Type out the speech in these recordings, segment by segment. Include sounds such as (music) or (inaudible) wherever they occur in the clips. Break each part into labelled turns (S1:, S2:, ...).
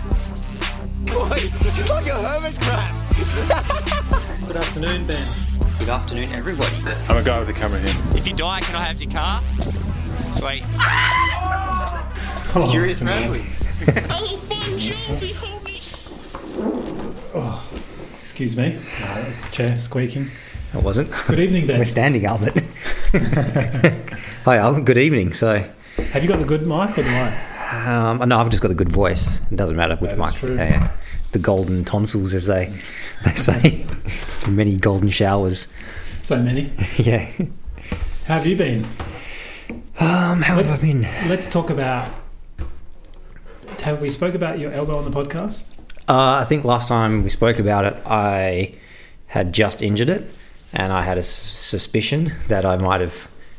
S1: Boy, it's like a hermit crab.
S2: Good afternoon, Ben.
S1: Good afternoon, everybody.
S3: I'm a guy with a camera here.
S4: If you die, can I have your car?
S1: Wait,
S3: Oh,
S1: curious
S3: man.
S1: manly.
S2: (laughs) Excuse me. No, that was the chair squeaking.
S5: It wasn't.
S2: Good evening, Ben.
S5: We're standing, Albert. Hi, Al. Good evening. So,
S2: Have you got the good mic or the mic?
S5: um, no, I've just got a good voice. It doesn't matter which
S2: That is
S5: mic.
S2: true.
S5: Yeah, yeah. The golden tonsils, as they (laughs) they say, from many golden showers. (laughs)
S2: So many.
S5: yeah.
S2: How have you been?
S5: Um, how
S2: Let's-
S5: have I been?
S2: Let's talk about. Have we spoke about your elbow on the podcast?
S5: Uh, I think last time we spoke about it, I had just injured it, and I had a s- suspicion that I might have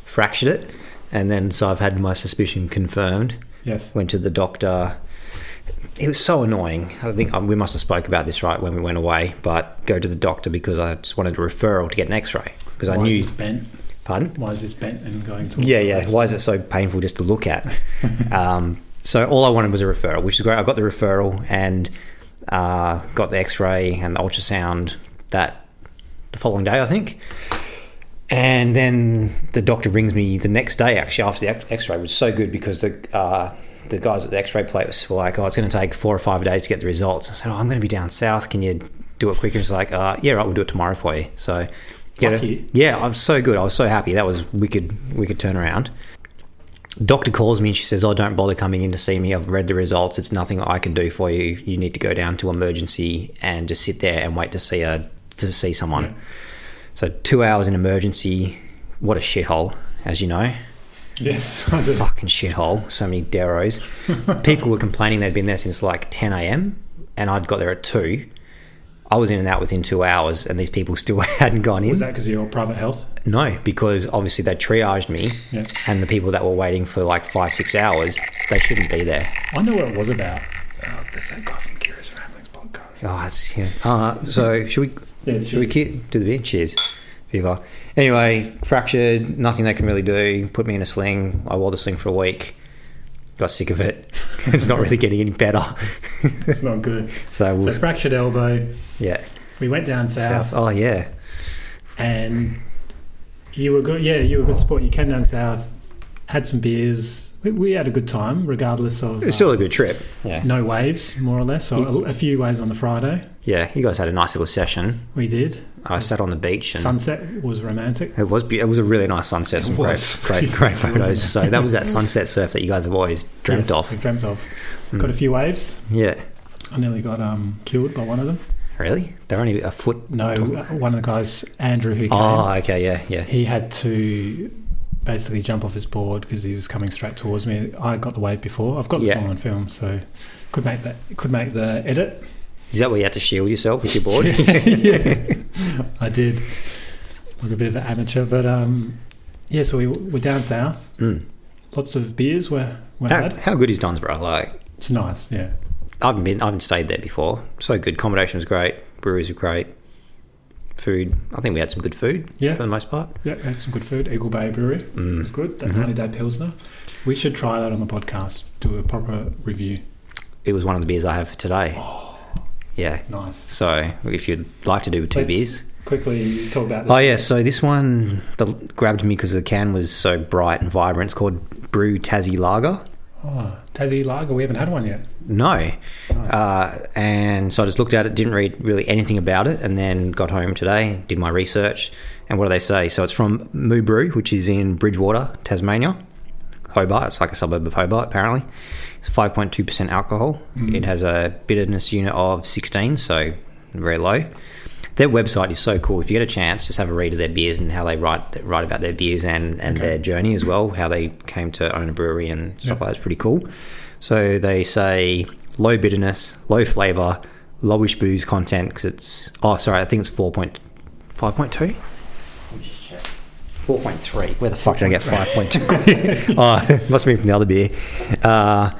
S5: fractured it, and then so I've had my suspicion confirmed.
S2: Yes.
S5: went to the doctor. It was so annoying. I think um, we must have spoke about this right when we went away. But go to the doctor because I just wanted a referral to get an X-ray because I
S2: Why
S5: knew.
S2: is this bent?
S5: Pardon?
S2: Why is this bent and going to?
S5: Yeah, yeah. Why is it so painful just to
S2: (laughs)
S5: look at? um, so all I wanted was a referral, which is great. I got the referral and uh, got the X-ray and the ultrasound that the following day, I think. And then the doctor rings me the next day, actually, after the ex- X-ray was so good because the uh, the guys at the X-ray place were like, "Oh, it's going to take four or five days to get the results." I said, "Oh, I'm going to be down south. Can you do it quicker?" He's like, uh, "Yeah, right. We'll do it tomorrow for you." So, yeah,
S2: Lucky.
S5: yeah, I was so good. I was so happy. That was wicked, wicked turnaround. Doctor calls me and she says, "Oh, don't bother coming in to see me. I've read the results. It's nothing I can do for you. You need to go down to emergency and just sit there and wait to see a to see someone." So two hours in emergency. What a shithole, as you know.
S2: Yes. (laughs) I do.
S5: Fucking shithole. So many darrows.
S2: (laughs)
S5: People were complaining they'd been there since like 10 a.m. and I'd got there at two. I was in and out within two hours, and these people still (laughs) hadn't gone in.
S2: Was that because of your private health?
S5: No, because obviously they triaged me,
S2: Yeah.
S5: and the people that were waiting for like five, six hours, they shouldn't be there.
S2: I wonder what it was about. Oh, there's that guy from Curious Ramblings podcast.
S5: Oh, that's, yeah. uh, so should we
S2: Yeah,
S5: should we keep, do the beer? Cheers, Viva. Anyway, fractured, nothing they can really do. Put me in a sling. I wore the sling for a week. Got sick of it. (laughs) it's not really getting any better.
S2: It's not good.
S5: so
S2: So uh,
S5: we'll
S2: fractured elbow.
S5: yeah
S2: We went down south,
S5: Oh yeah,
S2: and you were good. Yeah, you were a good sport. You came down south, had some beers. We, we had a good time, regardless of
S5: it was
S2: uh,
S5: still a good trip. Yeah,
S2: no waves, more or less. So a, a few waves on the Friday.
S5: yeah. You guys had a nice little session.
S2: We did.
S5: I sat on the beach and
S2: Sunset was romantic.
S5: It was. be- It was a really nice sunset. Some
S2: was. (laughs)
S5: great, great, great photos. So that was that sunset surf that you guys have always dreamt
S2: Yes,
S5: of. Mm.
S2: we dreamt of. Got a few waves.
S5: Yeah.
S2: I nearly got um, killed by one of them.
S5: Really? They're only a foot.
S2: No, uh, one of the guys, Andrew, who came.
S5: Oh, okay. Yeah, yeah.
S2: he had to basically jump off his board because he was coming straight towards me. I got the wave before. I've got this
S5: Yeah.
S2: all on film, so could make that could make the edit.
S5: Is that where you had to shield yourself with your board? (laughs)
S2: yeah, I did. Like a bit of an amateur, but um, yeah. So we we're down south.
S5: Mm. Ah.
S2: Lots of beers were were
S5: How,
S2: had.
S5: how good is Dunsborough? Like,
S2: It's nice. Yeah,
S5: I haven't been. I haven't stayed there before. So good. Accommodation was great. Breweries were great. Food. I think we had some good food.
S2: Yeah.
S5: For the most part.
S2: yeah. Had some good food. Eagle Bay Brewery
S5: Mm.
S2: was good. That honey day pilsner. We should try that on the podcast. Do a proper review.
S5: It was one of the beers I have for today.
S2: Oh.
S5: Yeah.
S2: Nice.
S5: So if you'd like to do 2
S2: Let's
S5: beers.
S2: Quickly talk about this.
S5: Oh yeah, so this one the, grabbed me because the can was so bright and vibrant. It's called Brew Tassie Lager.
S2: Oh, Tassie Lager. We haven't had one yet.
S5: No,
S2: Nice.
S5: uh, and so I just looked at it, didn't read really anything about it, and then got home today, did my research, and what do they say? So it's from Moo Brew, which is in Bridgewater, Tasmania, Hobart. It's like a suburb of Hobart, apparently. It's five point two percent alcohol. It has a bitterness unit of sixteen, so very low. Their website is so cool. If you get a chance, just have a read of their beers and how they write write about their beers and, and their journey as well, how they came to own a brewery and stuff like that's pretty cool. So they say low bitterness, low flavour, lowish booze content because it's oh sorry, I think it's four point five point two. Four point three. Where the fuck did I get five point (laughs) two? oh, it must have been from the other beer. Uh,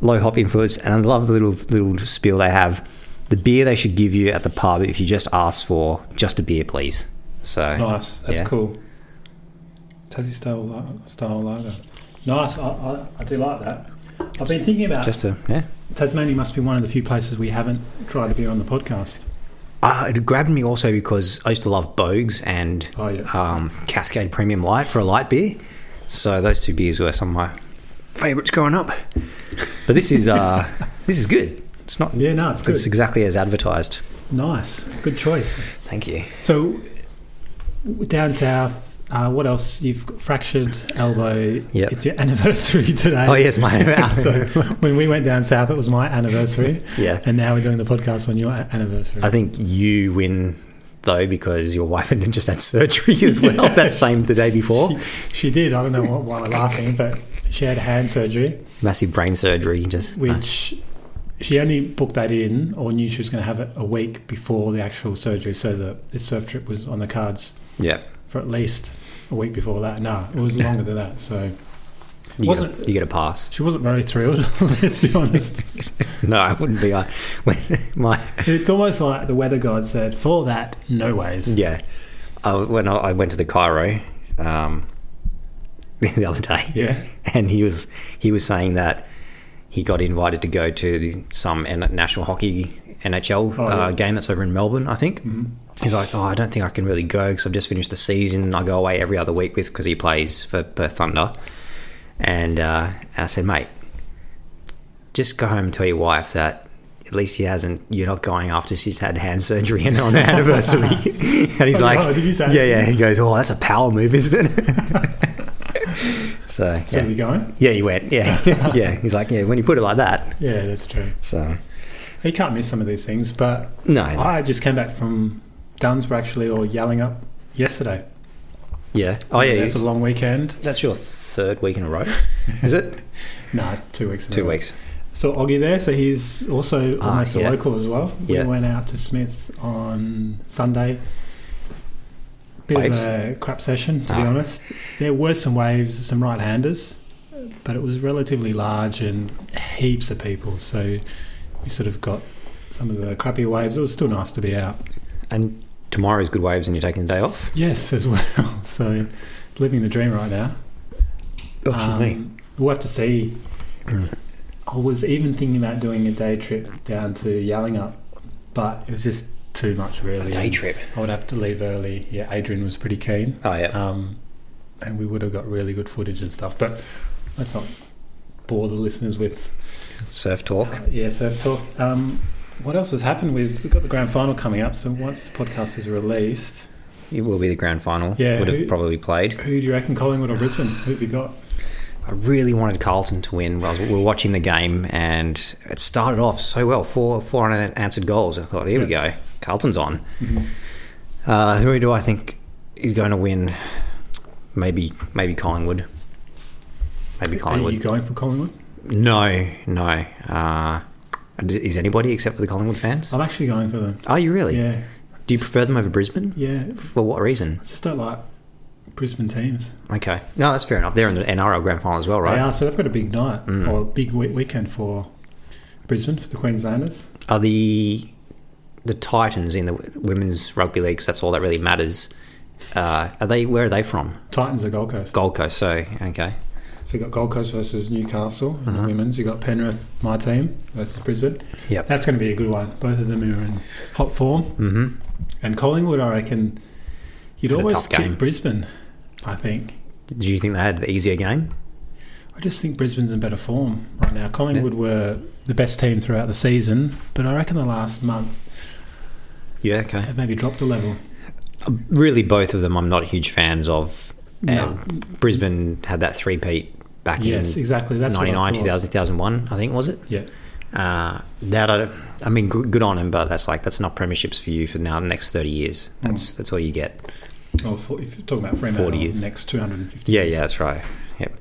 S5: low hop influence, and I love the little little spiel they have. The beer they should give you at the pub if you just ask for just a beer, please. So
S2: That's nice. That's
S5: yeah.
S2: cool. Tassie style la- style lager. Nice. I, I, I do like that. I've been thinking about
S5: just a yeah.
S2: Tasmania must be one of the few places we haven't tried a beer on the podcast.
S5: Uh, it grabbed me also because I used to love Bogues and
S2: Oh, yeah.
S5: um, Cascade Premium Light for a light beer. So those two beers were some of my favourites growing up. But this is (laughs) uh, this is good. It's not.
S2: Yeah, no, it's
S5: It's,
S2: good.
S5: exactly as advertised.
S2: Nice, good choice.
S5: Thank you.
S2: So w- down south, uh, what else? You've got fractured elbow.
S5: Yep.
S2: It's your anniversary today.
S5: Oh
S2: (laughs)
S5: yes, my
S2: so when we went down south, it was my anniversary,
S5: yeah.
S2: and now we're doing the podcast on your a- anniversary.
S5: I think you win though because your wife had just had surgery as well. That same the day before.
S2: she did. I don't know what, why we're laughing, but she had hand surgery,
S5: (laughs) Massive brain surgery. Just uh,
S2: which she only booked that in or knew she was going to have it a week before the actual surgery. So the this surf trip was on the cards
S5: yeah.
S2: for at least a week before that. No, it was longer than that. So
S5: You get,
S2: Wasn't-
S5: a, you get a (laughs) pass.
S2: she wasn't very thrilled. (laughs) let's be honest.
S5: No, I wouldn't be. I when (laughs) my
S2: It's almost like the weather god said, "For that, no waves."
S5: Yeah. Uh, when I, I went to the Cairo um, (laughs) the other day,
S2: Yeah.
S5: (laughs) and he was he was saying that he got invited to go to the, some N- national hockey NHL
S2: Oh, Mm-hmm.
S5: uh,
S2: yeah.
S5: game that's over in Melbourne, I think. He's like, oh, I don't think I can really go because I've just finished the season. I go away every other week with because he plays for Perth Thunder, and, uh, and I said, mate, just go home and tell your wife that at least he hasn't. You're not going after she's had hand surgery and on her anniversary. (laughs) and he's
S2: Oh,
S5: like,
S2: no, did you say
S5: yeah,
S2: that?
S5: yeah. He goes, oh, that's a power move, isn't it? (laughs) so,
S2: So is
S5: yeah.
S2: he going?
S5: yeah, he went. (laughs) Yeah, yeah. He's like, yeah. When you put it like that,
S2: Yeah, that's true.
S5: so
S2: You can't miss some of these things, but
S5: no, no.
S2: I just came back from Dunsborough actually, or yelling up yesterday.
S5: yeah. Oh, yeah.
S2: there for
S5: you-
S2: the long weekend.
S5: That's your third week in a (laughs) row, is it?
S2: No, two weeks. in a
S5: Two
S2: row.
S5: weeks.
S2: So Oggy there, so he's also
S5: Ah,
S2: almost
S5: yeah.
S2: a local as well. We
S5: Yeah.
S2: went out to Smith's on Sunday. Bit
S5: Waves?
S2: of a crap session, to be
S5: Ah.
S2: honest. There were some waves, some right-handers, but it was relatively large and heaps of people. So we sort of got some of the crappy waves. It was still nice to be out.
S5: And tomorrow's good waves, and you're taking the day off.
S2: Yes, as well. (laughs) So living the dream right now.
S5: Oh,
S2: Um, We'll have to see.
S5: Mm.
S2: I was even thinking about doing a day trip down to Yallingup, but it was just too much, really.
S5: A day trip.
S2: I would have to leave early. Yeah, Adrian was pretty keen,
S5: Oh yeah.
S2: um, and we would have got really good footage and stuff. But let's not bore the listeners with uh,
S5: Surf talk.
S2: yeah surf talk. Um, what else has happened? We've we've got the grand final coming up, so once the podcast is released,
S5: It will be the grand final.
S2: Yeah,
S5: Would have
S2: who-
S5: probably played.
S2: who do you reckon? Collingwood or Brisbane? Who have you got?
S5: I really wanted Carlton to win. I was, we were watching the game, and it started off so well. Four four unanswered goals. I thought, here we go. Carlton's on. Uh, who do I think is going to win? Maybe maybe Collingwood. Maybe
S2: Are
S5: Collingwood.
S2: you going for Collingwood?
S5: No, no. Uh, is anybody except for the Collingwood fans?
S2: I'm actually going for them.
S5: Are you really?
S2: Um, Yeah,
S5: Do you prefer them over Brisbane?
S2: yeah.
S5: For what reason?
S2: I just don't like Brisbane teams.
S5: Okay. No, that's fair enough. They're in the NRL grand final as well, right? Mm.
S2: They are, so they've got a big night or a big we- weekend for Brisbane for the Queenslanders.
S5: are the the Titans in the w- women's rugby league? 'cause that's all that really matters. Uh, are they? Where are they from?
S2: Titans are Gold Coast.
S5: Gold Coast. So okay.
S2: So you've got Gold Coast versus Newcastle in the women's. You've got Penrith, my team, versus Brisbane.
S5: Mm-hmm. Yep.
S2: That's going to be a good one. Both of them are in hot form.
S5: hmm
S2: And Collingwood, I reckon, you'd
S5: Had a
S2: always
S5: tough
S2: tip
S5: game.
S2: Brisbane, I think.
S5: Do you think they had the easier game?
S2: I just think Brisbane's in better form right now. Collingwood were the best team throughout the season, but I reckon the last month
S5: Yeah. Okay.
S2: have maybe dropped a level.
S5: Really, both of them. I'm not huge fans of. Uh,
S2: No.
S5: Brisbane had that three peat back
S2: Yes,
S5: in
S2: exactly. That's what I
S5: 99,
S2: thought.
S5: 2000, 2001, I think was it.
S2: Yeah.
S5: Uh, that I, I mean, good, good on him, but that's like that's enough premierships for you for now the next 30 years. That's
S2: Mm.
S5: that's all you get.
S2: Or Oh, for, if you're talking about Fremantle,
S5: 40 years.
S2: next 250.
S5: Yeah, yeah, that's right. Yep.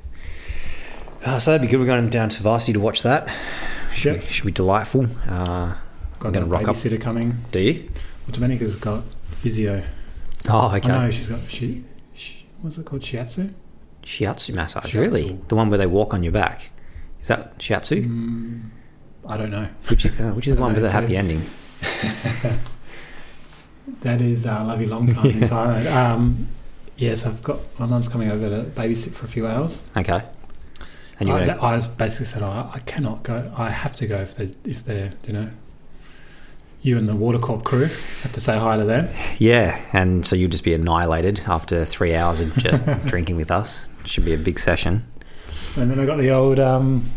S5: Uh, so that'd be good. We're going down to Varsity to watch that. Should,
S2: Yep.
S5: be, should be delightful. Uh,
S2: Got a
S5: gonna rock up.
S2: babysitter coming.
S5: do you?
S2: Well, Domenica's got physio.
S5: Oh, okay.
S2: I know she's got she. she what's it called? Shiatsu.
S5: Shiatsu massage,
S2: Shiatsu.
S5: really? The one where they walk on your back. Is that shiatsu?
S2: Mm, I don't know.
S5: Which, uh, which is the
S2: I
S5: one
S2: don't
S5: with the
S2: know,
S5: happy
S2: so-
S5: ending?
S2: That is uh, lovely long
S5: (laughs)
S2: time in Thailand. Um, yes, I've got my mum's coming over to babysit for a few hours.
S5: Okay. And And you
S2: I,
S5: gotta-
S2: I basically said, I, I cannot go. I have to go if they if they're you know. You and the water corp crew have to say hi to them.
S5: yeah, and so you'll just be annihilated after three hours of
S2: (laughs)
S5: just drinking with us. Should be a big session.
S2: And then I got the old um,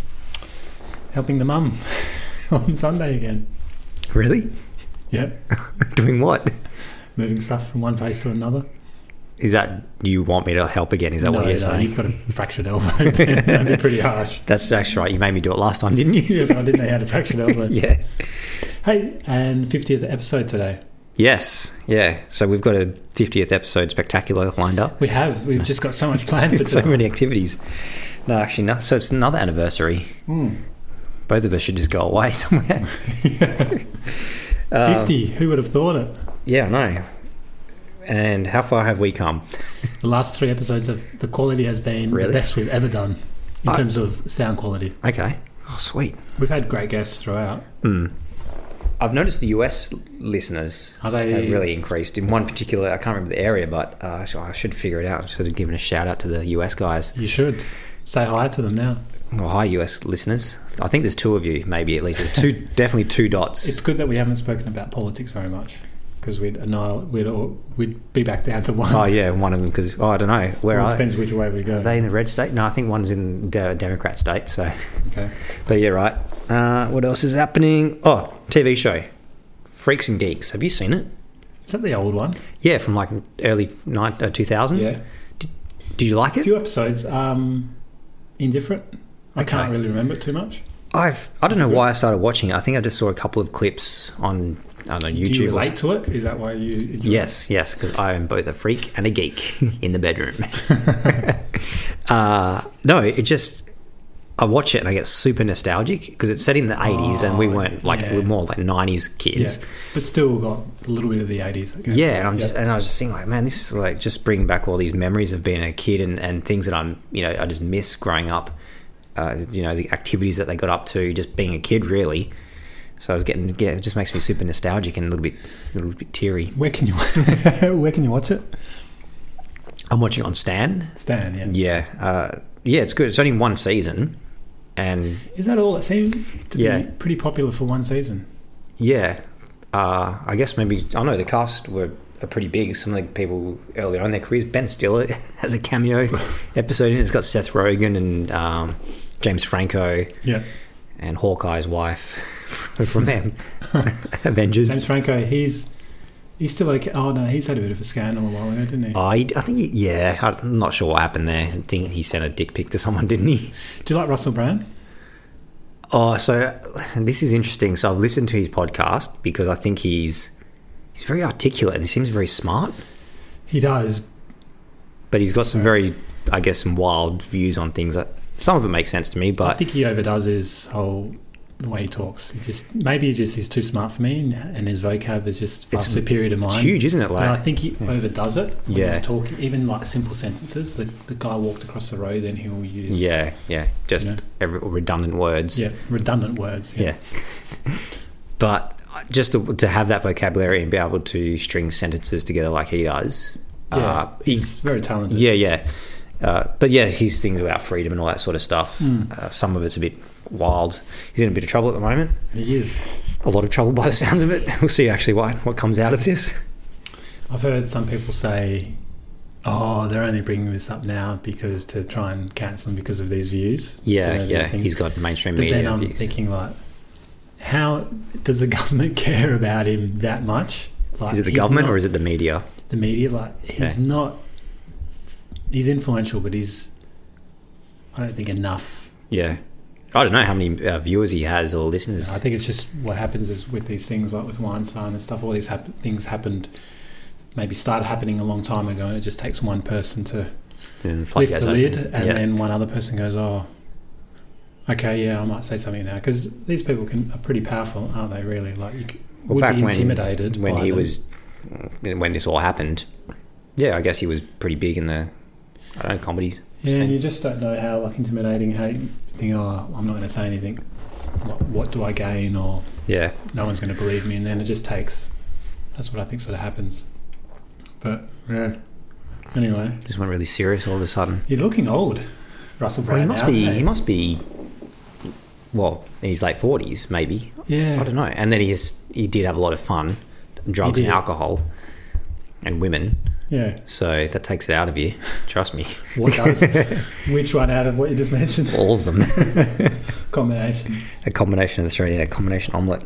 S2: helping the mum (laughs) on Sunday again.
S5: Really? (laughs)
S2: Yep,
S5: Doing what?
S2: moving stuff from one place to another.
S5: Is that you want me to help again? Is that
S2: no,
S5: what you're
S2: no,
S5: saying?
S2: you've got a fractured elbow. (laughs) That'd be pretty harsh. (laughs)
S5: That's actually right. You made me do it last time, didn't you?
S2: Yeah, but I didn't know how to fracture elbow.
S5: (laughs) yeah.
S2: Hey, and 50th episode today.
S5: Yes. Yeah. So we've got a 50th episode spectacular lined up. (laughs)
S2: We have. We've just got so much planned for
S5: so
S2: today.
S5: many activities. No, actually, no. So it's another anniversary. (laughs)
S2: Mm.
S5: Both of us should just go away (laughs) somewhere. Um,
S2: 50. Who would have thought it?
S5: Yeah, I know. And how far have we come?
S2: The last three episodes of the quality has been
S5: Really?
S2: the best we've ever done in
S5: I-
S2: terms of sound quality.
S5: Okay. Oh, sweet.
S2: We've had great guests throughout.
S5: Hmm. I've noticed the US listeners
S2: Are they-
S5: have really increased in one particular. I can't remember the area, but uh, so I should figure it out. I should have given a shout out to the US guys.
S2: You should say hi to them now.
S5: Well, hi, US listeners. I think there's two of you, maybe at least. There's two, (laughs) definitely two dots.
S2: It's good that we haven't spoken about politics very much because we'd annihilate. We'd all, we'd be back down to one.
S5: oh yeah, one of them because oh, I don't know where
S2: Well, it
S5: are they?
S2: depends which way we go.
S5: Are they in the red state? No, I think one's in the Democrat state. So,
S2: okay.
S5: but yeah, right. Uh, what else is happening? Oh, TV show, Freaks and Geeks. Have you seen it?
S2: Is that the old one?
S5: Yeah, from like early nine uh, two thousand. Did you like
S2: A
S5: it?
S2: few episodes. Um, indifferent. I can't
S5: Okay.
S2: really remember it too much.
S5: I've I don't know
S2: good.
S5: why I started watching it. I think I just saw a couple of clips on I don't know YouTube.
S2: Do you
S5: or
S2: relate to it? Is that why you? Enjoy
S5: Yes, yes, because I am both a freak and a geek in the bedroom.
S2: (laughs)
S5: uh, no, it just I watch it and I get super nostalgic because it's set in the eighties and we
S2: Oh,
S5: weren't like
S2: yeah.
S5: we are more like nineties
S2: It? Yeah.
S5: kids.
S2: But still got a little bit of the eighties.
S5: Yeah, and I'm just uh, and I was just thinking like, man, this is like just bringing back all these memories of being a kid and, and things that I'm you know I just miss growing up. Uh, you know the activities that they got up to, just being a kid really. So I was getting yeah, it just makes me super nostalgic and a little bit a little bit teary.
S2: Where can you? (laughs) where can you watch it?
S5: I'm watching it on Stan.
S2: Stan. Yeah.
S5: Yeah, uh, yeah, it's good. It's only one season, and
S2: Is that all? It seemed to
S5: Yeah.
S2: be pretty popular for one season.
S5: yeah, uh, I guess maybe I know the cast were are pretty big. Some of the people earlier on in their careers, Ben Stiller (laughs) has a cameo episode in. it. It's got Seth Rogen and um, James Franco
S2: Yeah.
S5: and Hawkeye's wife (laughs) from them Avengers.
S2: James Franco, he's he's still okay. Oh no, he's had a bit of a scandal a while ago, didn't he?
S5: I, I think he- yeah, I'm not sure what happened there. I think he sent a dick pic to someone, didn't he?
S2: Do you like Russell Brand?
S5: Oh, so this is interesting. So I've listened to his podcast because I think he's he's very articulate and he seems very smart,
S2: He does.
S5: but he's got some very, I guess, some wild views on things. That some of it makes sense to me,
S2: I
S5: but
S2: think he overdoes his whole the way he talks. He just maybe he just is too smart for me, and, and his vocab is just far
S5: It's-
S2: superior to mine.
S5: it's huge, isn't it?
S2: And I
S5: Like,
S2: think he overdoes it. When
S5: Yeah.
S2: He's talking even like simple sentences. The, the guy walked across the road, then he'll use
S5: yeah, yeah, just
S2: Yeah.
S5: every, redundant words.
S2: yeah redundant words.
S5: Yeah. (laughs) but just to, to have that vocabulary and be able to string sentences together like he does,
S2: Yeah.
S5: uh, he
S2: he's very talented.
S5: Yeah, yeah. Uh, but yeah, his things about freedom and all that sort of stuff.
S2: Mm.
S5: Uh, some of it's a bit wild. He's in a bit of trouble at the moment.
S2: He is.
S5: A lot of trouble by the sounds of it. (laughs) We'll see actually what what comes out
S2: (laughs)
S5: of this.
S2: I've heard some people say, "Oh, they're only bringing this up now because to try and cancel them because of these views." You
S5: Yeah,
S2: know, these
S5: yeah.
S2: things.
S5: He's got mainstream
S2: But
S5: media
S2: then um, I'm
S5: views.
S2: thinking like, how does the (laughs) government care about him that much? Like,
S5: is it the
S2: he's
S5: government
S2: not-
S5: or is it the media?
S2: the media? Like, he's not. He's influential, but he's. I don't think enough.
S5: Yeah. I don't know how many uh, viewers he has or listeners.
S2: I think it's just what happens is with these things, like with Weinstein and stuff. All these hap- things happened, maybe started happening a long time ago, and it just takes one person to
S5: And floodgates
S2: lift the
S5: open.
S2: lid, and
S5: yeah.
S2: then one other person goes, "Oh, okay, yeah, I might say something now," because these people can are pretty powerful, aren't they? Really, like you c-
S5: Well,
S2: would
S5: back
S2: be
S5: when-
S2: intimidated
S5: when
S2: by
S5: he
S2: them.
S5: was uh, when this all happened. Yeah, I guess he was pretty big in the I don't know comedy.
S2: Yeah,
S5: scene.
S2: and you just don't know how like intimidating. How you think, "Oh, I'm not going to say anything. What, what do I gain?" Or
S5: yeah.
S2: no one's going to believe me, and then it just takes. That's what I think sort of happens. But yeah. Anyway,
S5: Just went really serious all of a sudden.
S2: he's looking old. Russell
S5: Well, he
S2: Brand.
S5: must
S2: out,
S5: be.
S2: eh?
S5: He must be. Well, in his late forties, maybe.
S2: Yeah.
S5: I don't know. And then he has, he did have a lot of fun, drugs
S2: He
S5: and
S2: did.
S5: alcohol, and women.
S2: Yeah.
S5: So that takes it out of you. (laughs) Trust me.
S2: What
S5: (laughs)
S2: does? which one out of what you just mentioned?
S5: All of them. (laughs)
S2: Combination.
S5: a combination of the three. Yeah, combination omelette.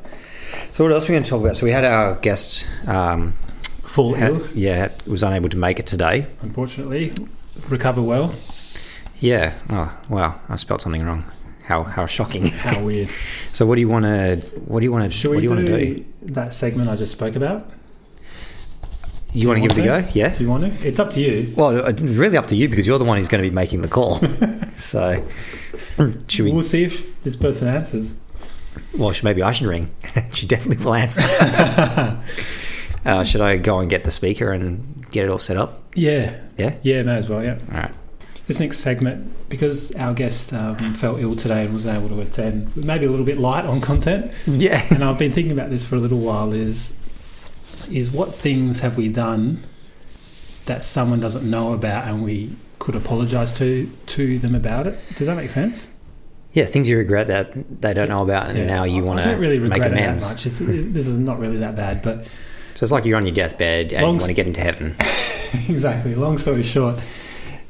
S5: So what else are we going to talk about? So we had our guest. Um,
S2: Full
S5: had,
S2: ill,
S5: yeah, was unable to make it today.
S2: unfortunately. Recover well.
S5: Yeah. Oh wow, I spelled something wrong. How how shocking. (laughs)
S2: How weird.
S5: So what do you want to? What do you want to?
S2: Should
S5: What
S2: we
S5: do you want to do?
S2: do that segment I just spoke about?
S5: You want to give it a go? Yeah.
S2: Do you want to? It's up to you.
S5: Well, it's really up to you because you're the one who's going to be making the call.
S2: (laughs)
S5: so, should we?
S2: We'll see if this person answers.
S5: Well, should, maybe I should ring. (laughs) she definitely
S2: (laughs)
S5: will answer. uh, should I go and get the speaker and get it all set up?
S2: Yeah.
S5: Yeah.
S2: Yeah, may as well. Yeah.
S5: All right.
S2: This next segment, because our guest um, fell ill today and wasn't able to attend, maybe a little bit light on content. (laughs)
S5: Yeah. (laughs)
S2: And I've been thinking about this for a little while. Is is what things have we done that someone doesn't know about and we could apologise to to them about it? Does that make sense?
S5: Yeah. Things you regret that they don't know about, and
S2: Yeah.
S5: now you
S2: I-
S5: want
S2: I don't
S5: to
S2: really regret
S5: make
S2: it that
S5: amends.
S2: much. It's, it, this is not really that bad,
S5: (laughs)
S2: but
S5: So it's like you're on your deathbed and
S2: Long
S5: you want to
S2: s-
S5: get into heaven.
S2: exactly. Long story short,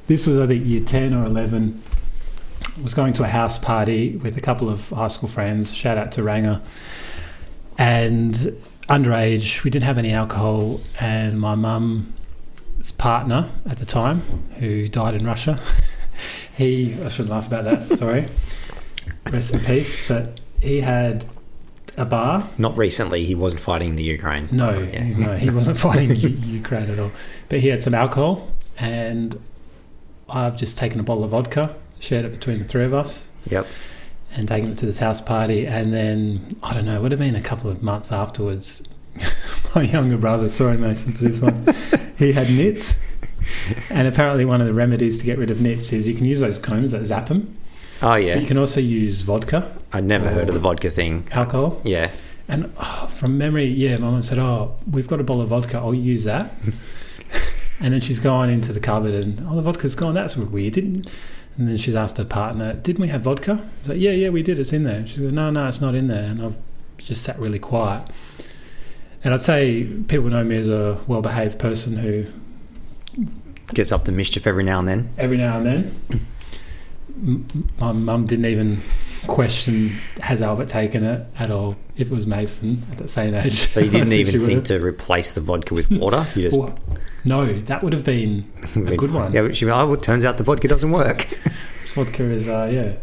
S2: this was I think year ten or eleven. I was going to a house party with a couple of high school friends. Shout out to Ranger. And underage, we didn't have any alcohol, and my mum's partner at the time, who died in Russia, (laughs) he I shouldn't laugh about that.
S5: (laughs)
S2: Sorry. Rest in peace. But he had a bar
S5: Not recently, he wasn't fighting the Ukraine.
S2: no, (laughs)
S5: Yeah.
S2: no, he wasn't fighting U- Ukraine at all. But he had some alcohol, and I've just taken a bottle of vodka, shared it between the three of us,
S5: Yep.
S2: and taken it to this house party. And then I don't know, it would have been a couple of months afterwards. (laughs) My younger brother, sorry Mason for this one, (laughs) he had nits, and apparently one of the remedies to get rid of nits is you can use those combs that zap them.
S5: Oh
S2: But you
S5: yeah.
S2: can also use vodka,
S5: I'd never heard of the vodka thing.
S2: alcohol.
S5: Yeah.
S2: And oh, from memory, yeah, my mum said, "Oh, we've got a bottle of vodka. I'll use
S5: (laughs)
S2: that." and then she's gone into the cupboard, and oh, the vodka's gone. That's weird, didn't? And then she's asked her partner, "Didn't we have vodka?" She's like, "Yeah, yeah, we did. It's in there." She goes, "No, no, it's not in there." And I've just sat really quiet. And I'd say people know me as a well-behaved person who
S5: Gets up to mischief every now and then.
S2: every now and then. M- My mum didn't even question has Albert taken it at all. If it was Mason at that same age,
S5: So you didn't
S2: I (laughs) she
S5: even
S2: would have.
S5: think to replace the vodka with water. You just
S2: Well, no, that would have been a good one.
S5: Yeah, but she, oh, well, it turns out the vodka
S2: (laughs)
S5: doesn't work.
S2: This vodka is, uh, yeah.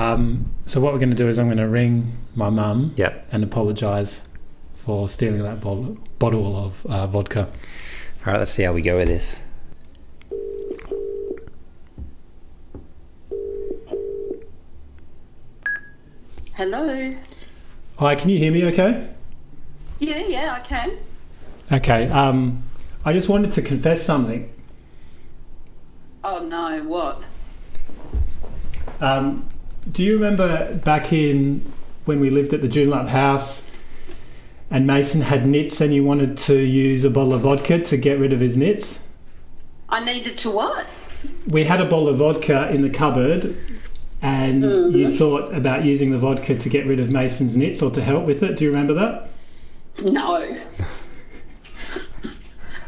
S2: Um, so what we're going to do is I'm going to ring my mum
S5: Yep.
S2: and apologise for stealing that bottle, bottle of uh, vodka.
S5: All right, let's see how we go with this.
S4: Hello.
S2: Hi, can you hear me? Okay.
S4: Yeah, yeah, I can.
S2: Okay. Um, I just wanted to confess something.
S4: Oh no, what?
S2: Um, do you remember back in when we lived at the Dunlap house? And Mason had nits, and you wanted to use a bottle of vodka to get rid of his nits.
S4: I needed to what?
S2: we had a bottle of vodka in the cupboard and
S4: Mm-hmm.
S2: you thought about using the vodka to get rid of Mason's nits or to help with it. Do you remember that?
S4: No,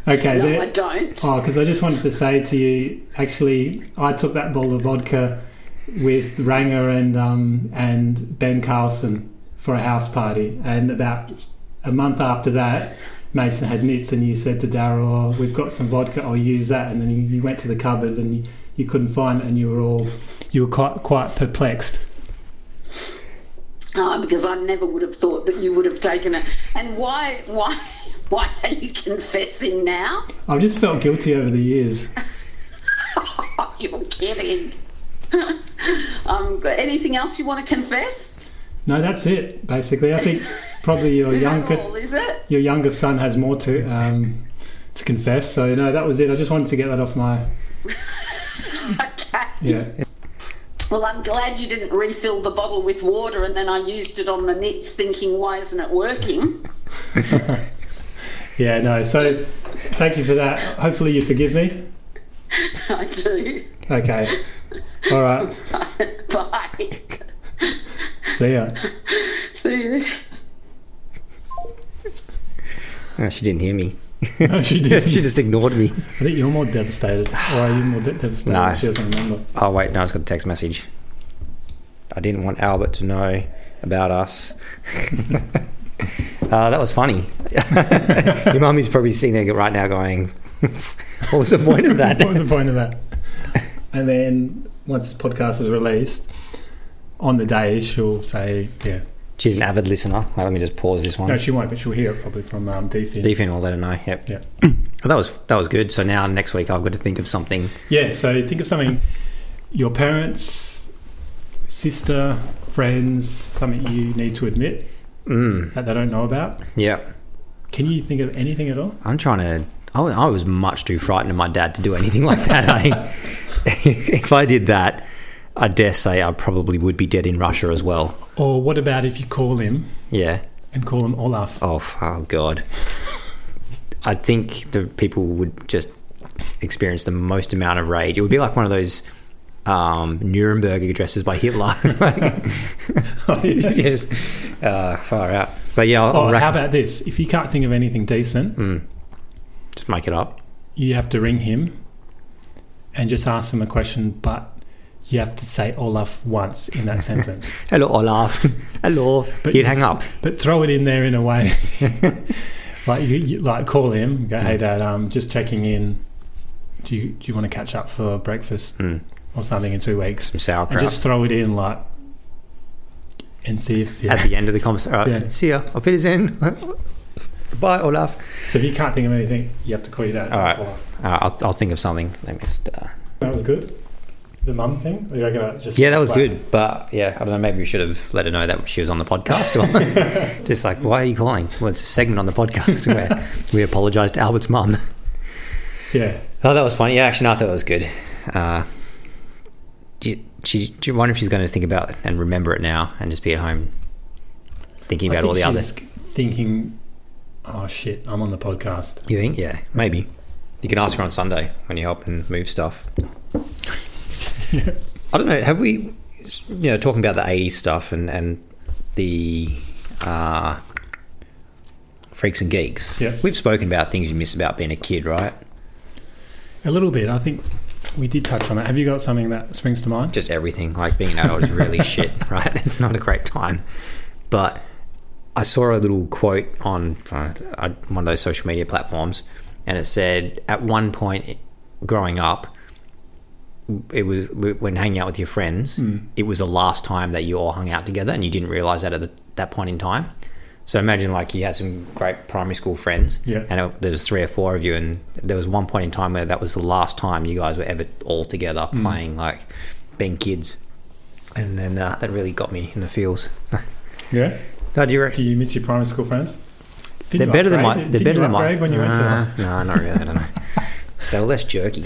S2: Okay,
S4: no,
S2: there.
S4: I don't.
S2: Oh, because I just wanted to say to you, actually, I took that bottle of vodka with Ranger and um, and Ben Carlson for a house party, and about a month after that, Mason had nits, and you said to Daryl, oh, "We've got some vodka. I'll use that." And then you, you went to the cupboard and you, you couldn't find it, and you were all you were quite quite perplexed.
S4: Ah, because I never would have thought that you would have taken it. And why, why, (laughs) why are you confessing now? (laughs)
S2: I've just felt guilty over the years.
S4: Oh, you're kidding. (laughs) um, but anything else you want to confess?
S2: No, that's it. Basically, I think probably your
S4: Is that
S2: younger
S4: all? Is it? (laughs)
S2: your younger son has more to um, to confess. So no, that was it. I just wanted to get that off my
S4: Okay.
S2: yeah. (laughs)
S4: Well, I'm glad you didn't refill the bottle with water and then I used it on the nits, thinking, why isn't it working? (laughs)
S2: Yeah, no. So thank you for that. Hopefully you forgive me.
S4: I do.
S2: Okay. All right.
S4: Bye.
S2: See ya.
S4: (laughs) See you.
S5: Oh, she didn't hear (laughs) me.
S2: No, she didn't.
S5: she just ignored me.
S2: I think you're more devastated. Or are you more de- devastated?
S5: No.
S2: She doesn't remember.
S5: Oh wait, no, it's got a text message. I didn't want Albert to know about (laughs) us. uh, that was funny. (laughs) Your mum is probably sitting there right now going, (laughs) "What was the (laughs) point of
S2: (laughs)
S5: that?"
S2: what
S5: (laughs)
S2: was the point of that? And then once this podcast is released, on the day she'll say, yeah.
S5: She's an avid listener. Wait, let me just pause this one.
S2: No, she won't, but she'll hear it probably from um, DFIN.
S5: Defin, I'll let her know. Yep.
S2: Yeah.
S5: (clears throat) Well, that was that was good. So now next week I've got to think of something.
S2: Yeah, so think of something your parents, sister, friends, something you need to admit
S5: Mm,
S2: that they don't know about.
S5: yeah.
S2: Can you think of anything at all?
S5: I'm trying to. I, wa- I was much too frightened of my dad to do anything like that. I, (laughs) if I did that, I dare say I probably would be dead in Russia as well.
S2: Or what about if you call him
S5: Yeah.
S2: and call him Olaf?
S5: Oh, f- oh God. I think the people would just experience the most amount of rage. It would be like one of those um, Nuremberg addresses by Hitler. (laughs) Yes. uh, far out. But yeah, I'll, I'll
S2: Or
S5: rack-
S2: how about this? If you can't think of anything decent,
S5: just make it up.
S2: you have to ring him and just ask him a question, but you have to say Olaf once in that sentence.
S5: Hello, Olaf. (laughs) Hello.
S2: But
S5: He'd
S2: you-
S5: hang up.
S2: But throw it in there in a
S5: (laughs)
S2: way, like you, you like call him, and go, hey dad, um, just checking in. Do you do you want to catch up for breakfast
S5: Mm.
S2: or something in two weeks?
S5: Some
S2: And
S5: sauerkraut.
S2: just throw it in like, and see if yeah.
S5: (laughs) at the end of the conversation. All right,
S2: Yeah.
S5: See ya. I'll fit us in. (laughs) Bye, Olaf.
S2: so if you can't think of anything, you have to call your dad.
S5: All right.
S2: Olaf.
S5: Uh, I'll, I'll think of something. Let me just. Uh...
S2: That was good. The mum thing. You reckon that just
S5: Yeah, that was
S2: like-
S5: good. But yeah, I don't know. Maybe we should have let her know that she was on
S2: (laughs)
S5: the podcast. Or just like, why are you calling? Well, it's a segment on the podcast where we apologise to Albert's mum. (laughs)
S2: Yeah.
S5: Oh, that was funny. Yeah, actually, no, I thought that was good. Uh, do, you, she, do you wonder if she's going to think about it and remember it now and just be at home thinking about
S2: I think
S5: all the
S2: she's
S5: others?
S2: Thinking, oh shit, I'm on the podcast.
S5: You think? Yeah, maybe. You can ask her on Sunday when you help and move stuff. (laughs) I don't know. Have we, you know, talking about the 80s stuff and, and the uh, freaks and geeks?
S2: Yeah.
S5: We've spoken about things you miss about being a kid, right?
S2: A little bit. I think we did touch on that. Have you got something that springs to mind?
S5: Just everything. Like being an adult is (laughs) really shit, right? It's not a great time. But I saw a little quote on uh, one of those social media platforms, and it said, at one point growing up, it was when hanging out with your friends, it was the last time that you all hung out together, and you didn't realize that at the, that point in time. So imagine like you had some great primary school friends,
S2: Yeah.
S5: and it, there was three or four of you, and there was one point in time where that was the last time you guys were ever all together playing like being kids, and then uh, that really got me in the feels. (laughs)
S2: Yeah.
S5: no, do you
S2: Do
S5: reckon?
S2: you miss your primary school friends? Did
S5: They're
S2: you
S5: better than my.
S2: upgrade?
S5: They're
S2: Did
S5: better
S2: you
S5: than my. Ah.
S2: upgrade when you went to
S5: Nah,
S2: them?
S5: No, not really. I don't know.
S2: (laughs)
S5: they were less jerky. (laughs)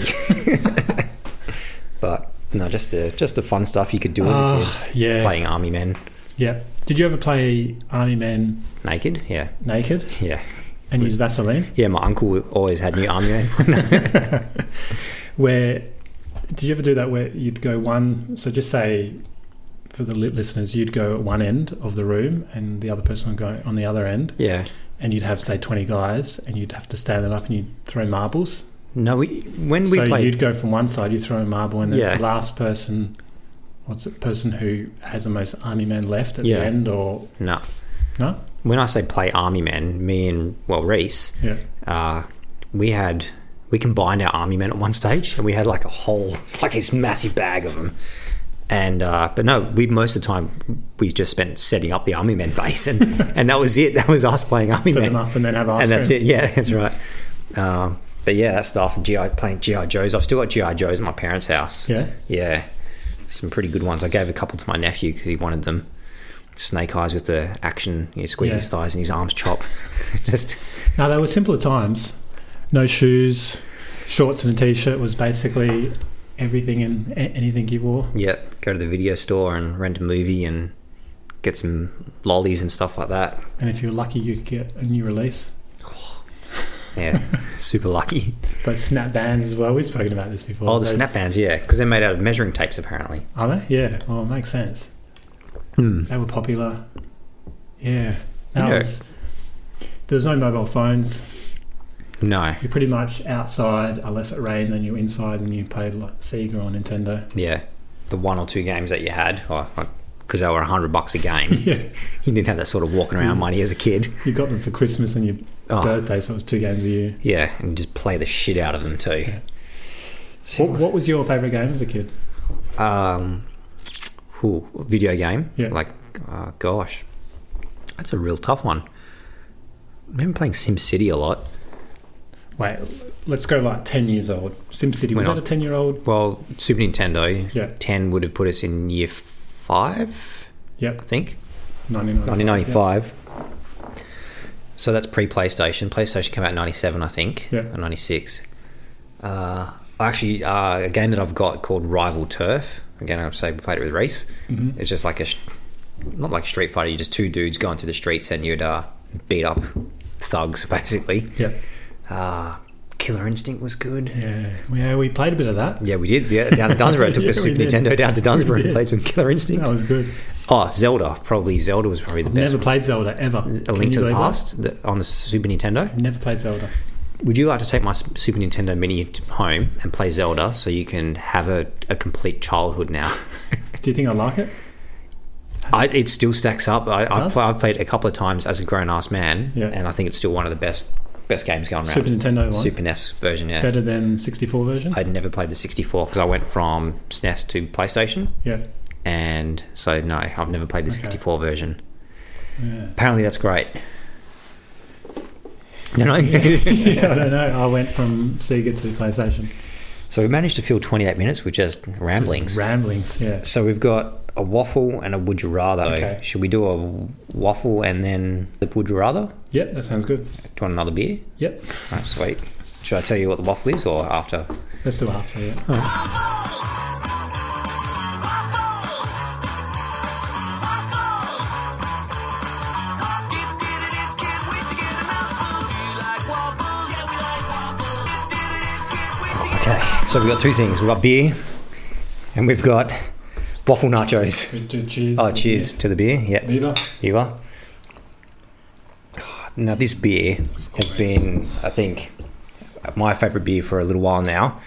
S5: but no, just the just the fun stuff you could do as a kid.
S2: Oh, yeah.
S5: Playing army men
S2: Yeah. Did you ever play Army Man
S5: naked. Yeah,
S2: naked
S5: yeah,
S2: and use
S5: (laughs)
S2: Vaseline? (laughs)
S5: yeah. My uncle always had new army men.
S2: Where did you ever do that? Where you'd go one. So just say for the lit listeners, you'd go at one end of the room, and the other person would go on the other end,
S5: yeah.
S2: and you'd have say twenty guys, and you'd have to stand them up, and you'd throw marbles.
S5: No, we when we
S2: so
S5: played.
S2: you'd go from one side, you throw a marble, and then
S5: Yeah.
S2: it's the last person. What's it? Person who has the most army men left at
S5: Yeah.
S2: the end, or
S5: No,
S2: no?
S5: when I say play army men, me and well Reese,
S2: Yeah.
S5: uh, we had we combined our army men at one stage, and we had like a whole (laughs) like this massive bag of them. And uh, but no, we most of the time we just spent setting up the army men
S2: (laughs)
S5: base, and, and that was it. That was us playing army
S2: Set
S5: men,
S2: them up and then have ice
S5: and that's
S2: cream.
S5: it. Yeah, (laughs) that's right. Um, but yeah, that stuff. and GI playing GI Joes. I've still got GI Joes at my parents' house.
S2: Yeah.
S5: yeah, some pretty good ones. I gave a couple to my nephew because he wanted them. Snake eyes with the action. You squeeze
S2: Yeah.
S5: his thighs and his arms chop. (laughs) just
S2: Now they were simpler times. No shoes, shorts and a t-shirt was basically everything and a- anything you wore.
S5: Yep, go to the video store and rent a movie and get some lollies and stuff like that.
S2: And if you were lucky, you could get a new release.
S5: Yeah, (laughs) super lucky.
S2: Those snap bands as well. We've spoken about this before.
S5: Oh, the
S2: Those-
S5: snap bands, yeah, because they're made out of measuring tapes apparently.
S2: Are they? Yeah. Well, it makes sense.
S5: Hmm.
S2: They were popular. Yeah. That
S5: Yeah.
S2: was. There was no mobile phones.
S5: No,
S2: You're pretty much outside unless it rained, then you're inside and you played like Sega or Nintendo. (laughs)
S5: yeah, the one or two games that you had, because they were hundred bucks
S2: (laughs)
S5: a game.
S2: Yeah.
S5: you didn't have that sort of walking around
S2: Hmm.
S5: money as a kid.
S2: You got them for Christmas and your
S5: Oh.
S2: birthday, so it was two games a year.
S5: Yeah, and just play the shit out of them too. So,
S2: What, what was your favourite game as a kid?
S5: um, whew, video game.
S2: Yeah.
S5: Like, uh, gosh, that's a real tough one. I remember playing SimCity a lot.
S2: Wait, let's go like 10 years old. SimCity, was
S5: We're
S2: that a
S5: not-
S2: 10 year old?
S5: Well, Super Nintendo,
S2: Yeah.
S5: 10 would have put us in year five,
S2: Yep,
S5: I think,
S2: 1995.
S5: 1995. So that's pre PlayStation. PlayStation came out in 97, I think,
S2: Yeah.
S5: or 96. Uh, actually, uh, a game that I've got called Rival Turf. Again, I'd say we played it with Reese.
S2: Mm-hmm.
S5: It's just like a, sh- not like Street Fighter, you're just two dudes going through the streets and you'd uh, beat up thugs, (laughs) basically.
S2: Yep.
S5: Uh, Killer Instinct was good.
S2: Yeah. yeah, we played a bit of
S5: (laughs)
S2: that.
S5: Yeah, we did. Yeah, down to Dunsborough.
S2: (laughs)
S5: I took
S2: Yeah, we
S5: the Super
S2: did.
S5: Nintendo
S2: (laughs)
S5: down to Dunsborough and
S2: did.
S5: played some Killer Instinct.
S2: That was good.
S5: oh, Zelda. Probably Zelda was probably the best.
S2: Never
S5: one.
S2: played Zelda ever.
S5: A
S2: Can
S5: Link
S2: you
S5: to the
S2: believe that?
S5: Past the, on the Super Nintendo.
S2: Never played
S5: (laughs)
S2: Zelda.
S5: Would you like to take my S- Super Nintendo Mini t- home and play Zelda so you can have a, a complete
S2: (laughs)
S5: childhood now?
S2: Do you think I like it?
S5: I, it still stacks up. I, I've,
S2: does?
S5: pl- I've played it a couple of times as a grown ass man,
S2: Yeah.
S5: and I think it's still one of the best best games going around.
S2: Super Nintendo one.
S5: Super NES version, yeah.
S2: Better than 64 version?
S5: I'd never played the 64 because I went from SNES to PlayStation. (laughs)
S2: yeah.
S5: and so no, I've never played the
S2: Okay.
S5: 64 version.
S2: Yeah.
S5: Apparently, that's great. You know? (laughs)
S2: yeah. (laughs) I don't know. I went from Sega to PlayStation.
S5: so we managed to fill 28 minutes with just ramblings.
S2: Just ramblings, yeah.
S5: so we've got a waffle and a would you rather.
S2: Okay.
S5: Should we do a waffle and then the would you rather? Do
S2: Yep, that sounds good.
S5: you want another beer?
S2: Yep.
S5: All right, sweet. Should I tell you what the waffle is or after?
S2: Let's do after, yeah.
S5: Okay. So we've got two things. We've got beer and we've got waffle nachos.
S2: We do cheers.
S5: Oh, cheers to the beer. Yep.
S2: Viva.
S5: You are. Now, this beer has been, I think, my favourite beer for a little while now.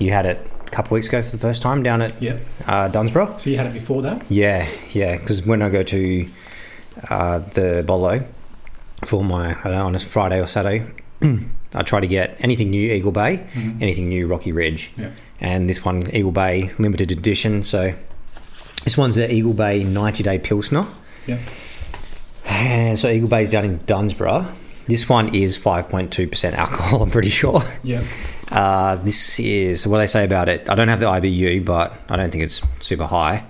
S5: You had it a couple weeks ago for the first time down at
S2: Yep.
S5: uh, Dunsborough.
S2: So you had it before that?
S5: Yeah, yeah, because when I go to uh, the Bolo for my, I don't know, on a Friday or Saturday, (clears throat) I try to get anything new Eagle Bay, anything new Rocky Ridge.
S2: Yeah.
S5: And this one, Eagle Bay, limited edition. So this one's the Eagle Bay 90 Day Pilsner.
S2: Yep.
S5: And so Eagle Bay's down in Dunsborough. This one is 5.2% alcohol, (laughs) I'm pretty sure.
S2: Yep.
S5: Uh, this is what do they say about it. I don't have the IBU, but I don't think it's super high.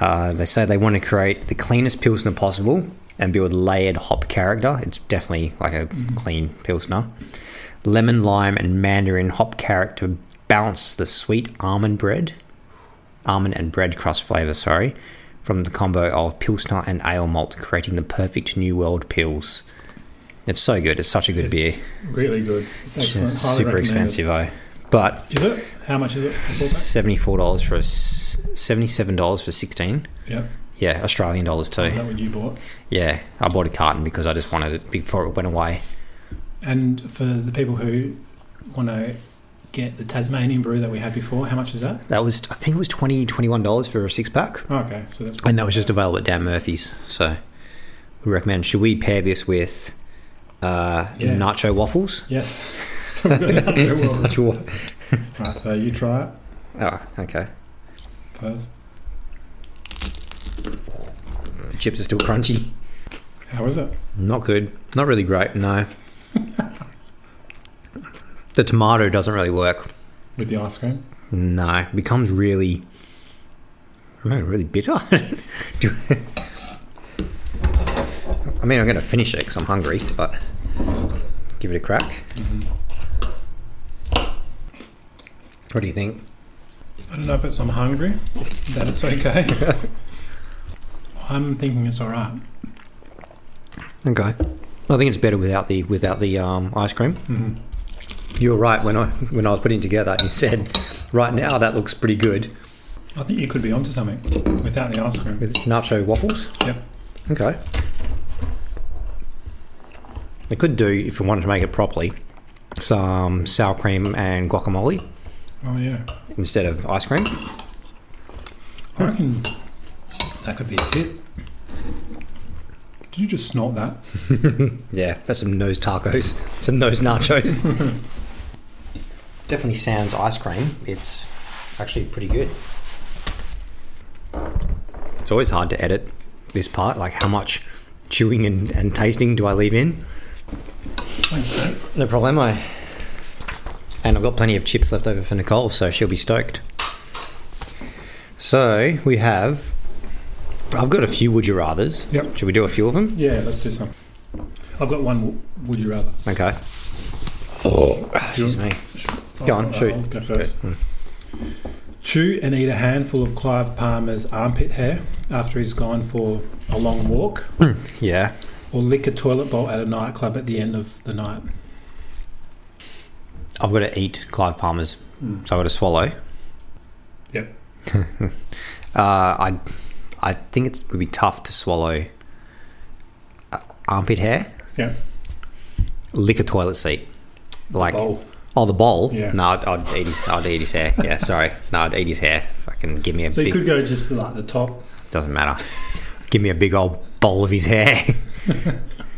S5: Uh, they say they want to create the cleanest Pilsner possible and build layered hop character. It's definitely like a clean Pilsner. Lemon, lime, and mandarin hop character balance the sweet almond bread, almond and bread crust flavor, sorry, from the combo of Pilsner and ale malt, creating the perfect New World Pils. It's so good. It's such a good beer.
S2: It's Really good. It's excellent.
S5: It's
S2: Highly
S5: super
S2: recommended.
S5: expensive, though. But
S2: Is it? How much is it? Four
S5: seventy-four dollars for a s- seventy-seven dollars for sixteen.
S2: pack? Yep.
S5: Yeah, Australian dollars
S2: Is that
S5: too.
S2: what you bought?
S5: Yeah, I bought a carton because I just wanted it before it went away.
S2: And for the people who want to get the Tasmanian brew that we had before, how much is that?
S5: That was, I think, it was twenty twenty-one dollars for a six-pack,
S2: Oh, okay, so that's
S5: and that was just available at Dan Murphy's. So, we recommend. Should we pair this with uh,
S2: Yeah.
S5: nacho waffles?
S2: yes. (laughs) so we've got another
S5: (laughs)
S2: one.
S5: Sure.
S2: right, so you try it
S5: Oh, okay.
S2: first.
S5: The chips are still crunchy.
S2: How is it?
S5: Not good. Not really great. No. the tomato doesn't really work.
S2: With the ice cream?
S5: No, it becomes really, I don't know, really bitter. (laughs) Do- I mean, I'm going to finish it because I'm hungry, but give it a crack. What do you think?
S2: I don't know if it's I'm hungry, that it's okay. I'm thinking it's alright.
S5: Okay. I think it's better without the without the um, ice cream. You were right when I when I was putting it together. You said, right now that looks pretty good
S2: I think you could be onto something without the ice cream.
S5: with nacho waffles.
S2: Yep.
S5: Okay. We could do if we wanted to make it properly, some sour cream and guacamole
S2: Oh yeah.
S5: instead of ice cream.
S2: I reckon that could be a hit. Did you just snort that?
S5: Yeah, that's some nose tacos, (laughs) some nose nachos. Definitely sounds ice cream. It's actually pretty good. It's always hard to edit this part, like how much chewing and, and tasting do I leave in?
S2: Thanks, mate.
S5: No problem. I and I've got plenty of chips left over for Nicole, so she'll be stoked. So we have. I've got a few would you rather's.
S2: Yep.
S5: Should we do a few of them?
S2: Yeah, let's do some. I've got one. w- Would you rather?
S5: Okay. Excuse me. Go on,
S2: I'll-
S5: shoot.
S2: I'll go first. Chew and eat a handful of Clive Palmer's armpit hair after he's gone for a long walk,
S5: Yeah.
S2: or lick a toilet bowl at a nightclub at the end of the night.
S5: I've got to eat Clive Palmer's,
S2: Mm.
S5: so I've got to swallow.
S2: Yep.
S5: Uh, I, I think it's would be tough to swallow. Uh, armpit hair,
S2: Yeah.
S5: lick a toilet seat, like
S2: Bowl.
S5: oh the bowl.
S2: Yeah.
S5: No, I'd, I'd eat his. I'd eat his hair. Yeah, sorry. No, I'd eat his hair. Fucking give me a
S2: So you
S5: big.
S2: could go just like the top.
S5: Doesn't matter. Give me a big old bowl of his (laughs) hair.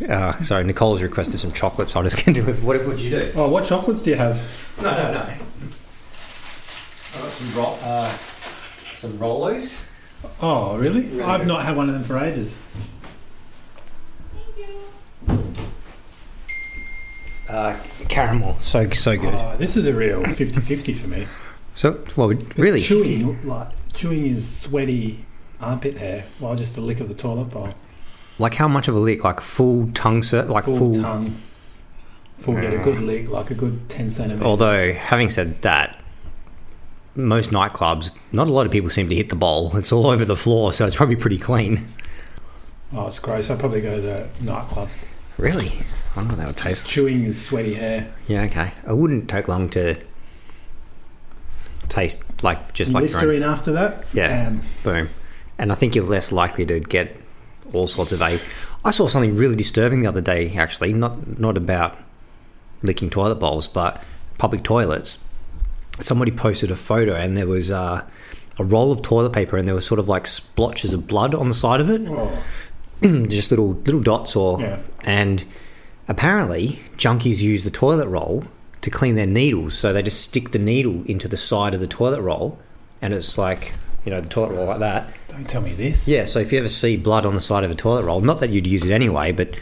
S5: uh, sorry, Nicole's requested some chocolate, so I'll just get to it. What would you do?
S2: Oh, what chocolates do you have?
S5: No, no, no. I've got some roll, uh, some Rolos.
S2: Oh, really? I've not had one of them for ages.
S5: Uh, caramel, so so good.
S2: Oh, this is a real 50-50 for me.
S5: so, well, really,
S2: Chewing, like chewing is sweaty armpit hair, while just a lick of the toilet bowl,
S5: like how much of a lick? Like full tongue, sir, like
S2: full,
S5: full. Mm.
S2: tongue, full get a good lick, like a good ten centimeter.
S5: Although, having said that, most nightclubs, not a lot of people seem to hit the bowl. It's all over the floor, so it's probably pretty clean.
S2: Oh, it's gross. I'd probably go to the nightclub.
S5: Really, I wonder what that would
S2: Just
S5: taste.
S2: chewing is sweaty hair.
S5: Yeah, okay. It wouldn't take long to taste like just like your own
S2: Listerine after that.
S5: Yeah.
S2: Um,
S5: Boom. And I think you're less likely to get all sorts of a. I saw something really disturbing the other day, actually. Not not about licking toilet bowls, but public toilets. Somebody posted a photo, and there was uh, a roll of toilet paper, and there was sort of like splotches of blood on the side of it, Hmm,
S2: oh,
S5: just little little dots or.
S2: Yeah.
S5: And apparently, junkies use the toilet roll to clean their needles, so they just stick the needle into the side of the toilet roll, and it's like you know the toilet roll like that.
S2: don't tell me this.
S5: Yeah, so if you ever see blood on the side of a toilet roll, not that you'd use it anyway, but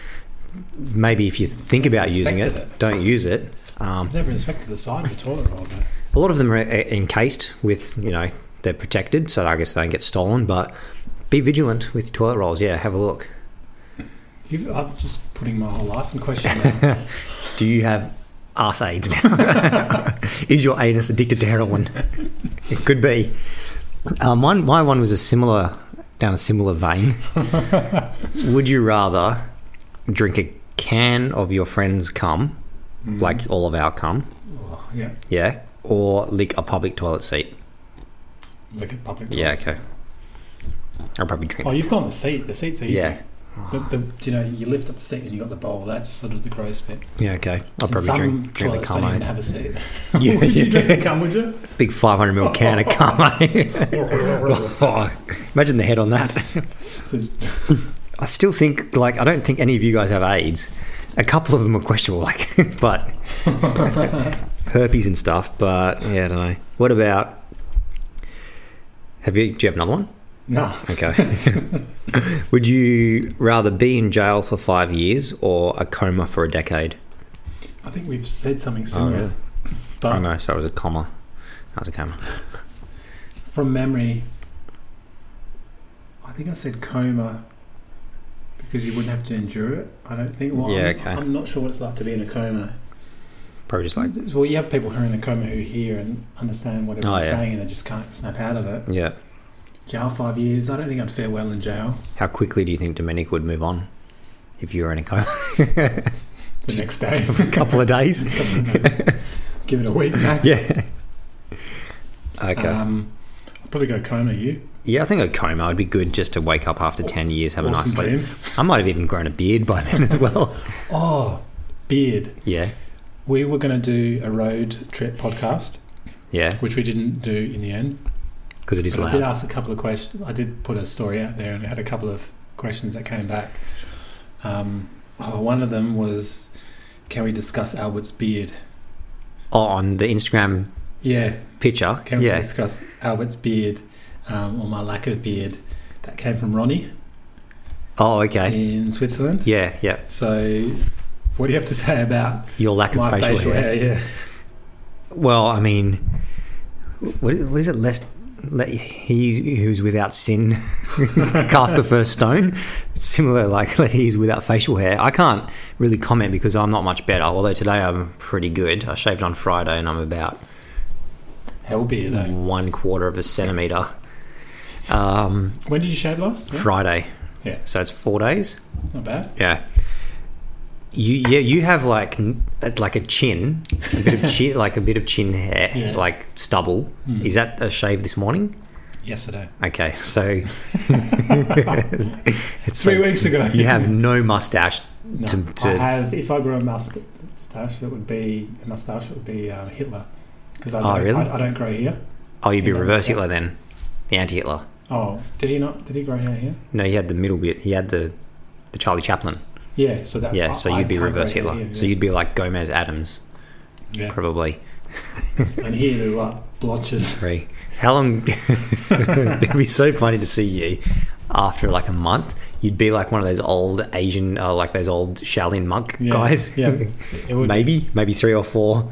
S5: maybe if you think about using it,
S2: Respected it.
S5: don't use it. Um,
S2: I've never inspected the side of the toilet roll. But
S5: a lot of them are uh, encased with, you know, they're protected, so I guess they don't get stolen, but be vigilant with your toilet rolls. Yeah, have a look.
S2: you, I'm just putting my whole life in question. now.
S5: Do you have arse AIDS now? (laughs) Is your anus addicted
S2: (laughs)
S5: to heroin? it could be. Um, one, my one was a similar, down a
S2: (laughs)
S5: similar vein. Would you rather drink a can of your friend's cum,
S2: Mm.
S5: like all of our cum,
S2: oh, yeah.
S5: yeah, or lick a public toilet seat?
S2: Look at public.
S5: Yeah, okay. I'll probably drink.
S2: Oh, you've gone the seat. The seat's easy.
S5: yeah,
S2: The, the, you know, you lift up the seat and you got the bowl. That's sort of the gross bit.
S5: yeah, okay. I'll
S2: And
S5: probably
S2: some
S5: drink, drink the
S2: toilets
S5: cum.
S2: don't even
S5: eh?
S2: have a seat.
S5: (laughs)
S2: (laughs)
S5: Yeah,
S2: would you drink
S5: yeah.
S2: the cum, would you?
S5: (laughs) Big 500 ml can of cum.
S2: (laughs)
S5: eh? Oh, (laughs) imagine the head on that.
S2: Just-
S5: I still think, like, I don't think any of you guys have AIDS. A couple of them are questionable, like, (laughs) but herpes and stuff. But yeah, I don't know. What about? Have you? Do you have another one?
S2: nah.
S5: Okay. Would you rather be in jail for five years or a coma for a decade?
S2: I think we've said something similar.
S5: Oh, really?
S2: But
S5: oh no, so it was a comma. That was a coma.
S2: from memory, I think I said coma because you wouldn't have to endure it. I don't think. Well,
S5: Yeah,
S2: I'm,
S5: okay.
S2: I'm not sure what it's like to be in a coma.
S5: Probably just like
S2: well, you have people who are in a coma who hear and understand what
S5: Oh,
S2: everyone's
S5: yeah.
S2: saying and they just can't snap out of it.
S5: yeah.
S2: Jail five years. I don't think I'd fare well in jail.
S5: How quickly do you think Dominic would move on? if you were in a coma (laughs)
S2: the next day,
S5: for a
S2: (laughs)
S5: couple of days.
S2: give it a week max.
S5: yeah. Okay.
S2: Um, I'll probably go coma you.
S5: yeah, I think a coma would be good just to wake up after 10 years, have a
S2: Awesome
S5: nice sleep.
S2: dreams.
S5: I might have even grown a beard by then as well.
S2: Oh, beard.
S5: yeah.
S2: We were going to do a road trip podcast,
S5: Yeah.
S2: which we didn't do in the end.
S5: Because it is
S2: But I did
S5: loud.
S2: ask a couple of questions. I did put a story out there and I had a couple of questions that came back. Um, oh, one of them was, can we discuss Albert's beard?
S5: Oh, on the Instagram
S2: Yeah,
S5: picture.
S2: can we
S5: yeah.
S2: discuss Albert's beard um, or my lack of beard? That came from Ronnie
S5: Oh, okay.
S2: in Switzerland.
S5: Yeah. Yeah.
S2: So, what do you have to say about
S5: Your lack of
S2: my
S5: facial, hair.
S2: Yeah,
S5: Well, I mean, what, what is it? Less, let, he who's without sin (laughs) cast the first stone. Similar, like (laughs) let he who's without facial hair. I can't really comment because I'm not much better. Although today I'm pretty good. I shaved on Friday and I'm about
S2: hell beard. eh?
S5: one quarter of a centimeter. Um,
S2: When did you shave last? Yeah,
S5: Friday.
S2: Yeah.
S5: So it's four days.
S2: Not bad.
S5: Yeah. You yeah you have like n- like a chin, a
S2: (laughs)
S5: bit of chin like a bit of chin hair,
S2: Yeah. Hmm.
S5: like stubble. Is that a shave this morning?
S2: Yesterday, (laughs)
S5: Okay, so (laughs) it's
S2: three
S5: like
S2: weeks ago.
S5: You have no mustache.
S2: No,
S5: to-
S2: I
S5: to-
S2: have. If I grow a mustache, it would be a mustache. It would be um, Hitler. Because I
S5: Oh,
S2: don't,
S5: really?
S2: I, I don't grow here.
S5: Oh, you'd be
S2: Yeah.
S5: reverse Hitler then, the anti-Hitler.
S2: Oh, did he not? Did he grow hair here?
S5: No, he had the middle bit. He had the the Charlie Chaplin.
S2: Yeah. So that.
S5: Yeah, so
S2: Uh, I- I
S5: you'd be
S2: can't grow
S5: reverse
S2: hair
S5: Hitler.
S2: here,
S5: So
S2: yeah.
S5: you'd be like Gomez Adams,
S2: Yeah.
S5: probably.
S2: And here there's like blotches.
S5: Three. How long? (laughs) It'd be so funny to see you after like a month. You'd be like one of those old Asian, uh, like those old Shaolin monk
S2: Yeah,
S5: guys. (laughs)
S2: yeah. It would-
S5: maybe, maybe three or four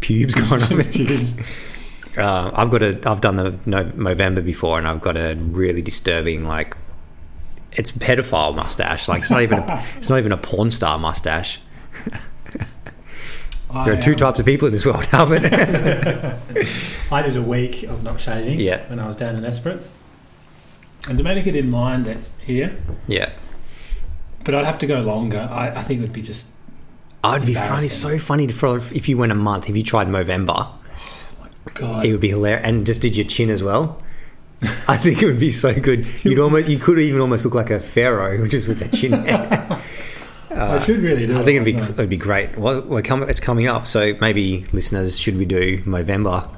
S5: pubes gone up.
S2: (laughs) Jeez.
S5: uh, I've got a. I've done the no, November before, and I've got a really disturbing like. It's pedophile mustache. Like it's not
S2: (laughs)
S5: even. A, it's not even a porn star mustache. (laughs) There
S2: I,
S5: are two
S2: um,
S5: types of people in this world, (laughs) Albert.
S2: (laughs) I did a week of not shaving.
S5: Yeah.
S2: When I was down in Esperance, and Domenica didn't mind it here,
S5: yeah.
S2: but I'd have to go longer. I, I think it would be just.
S5: I'd be funny, so funny for if you went a month. If you tried Movember,
S2: God.
S5: it would be hilarious. And just did your chin as well. I think it would be so good. You'd almost, you could even almost look like a pharaoh (laughs) just with that chin. I
S2: I should really do. it.
S5: think it'd be
S2: No.
S5: it'd be great. Well, we're com- it's coming up, so maybe listeners, should we do Movember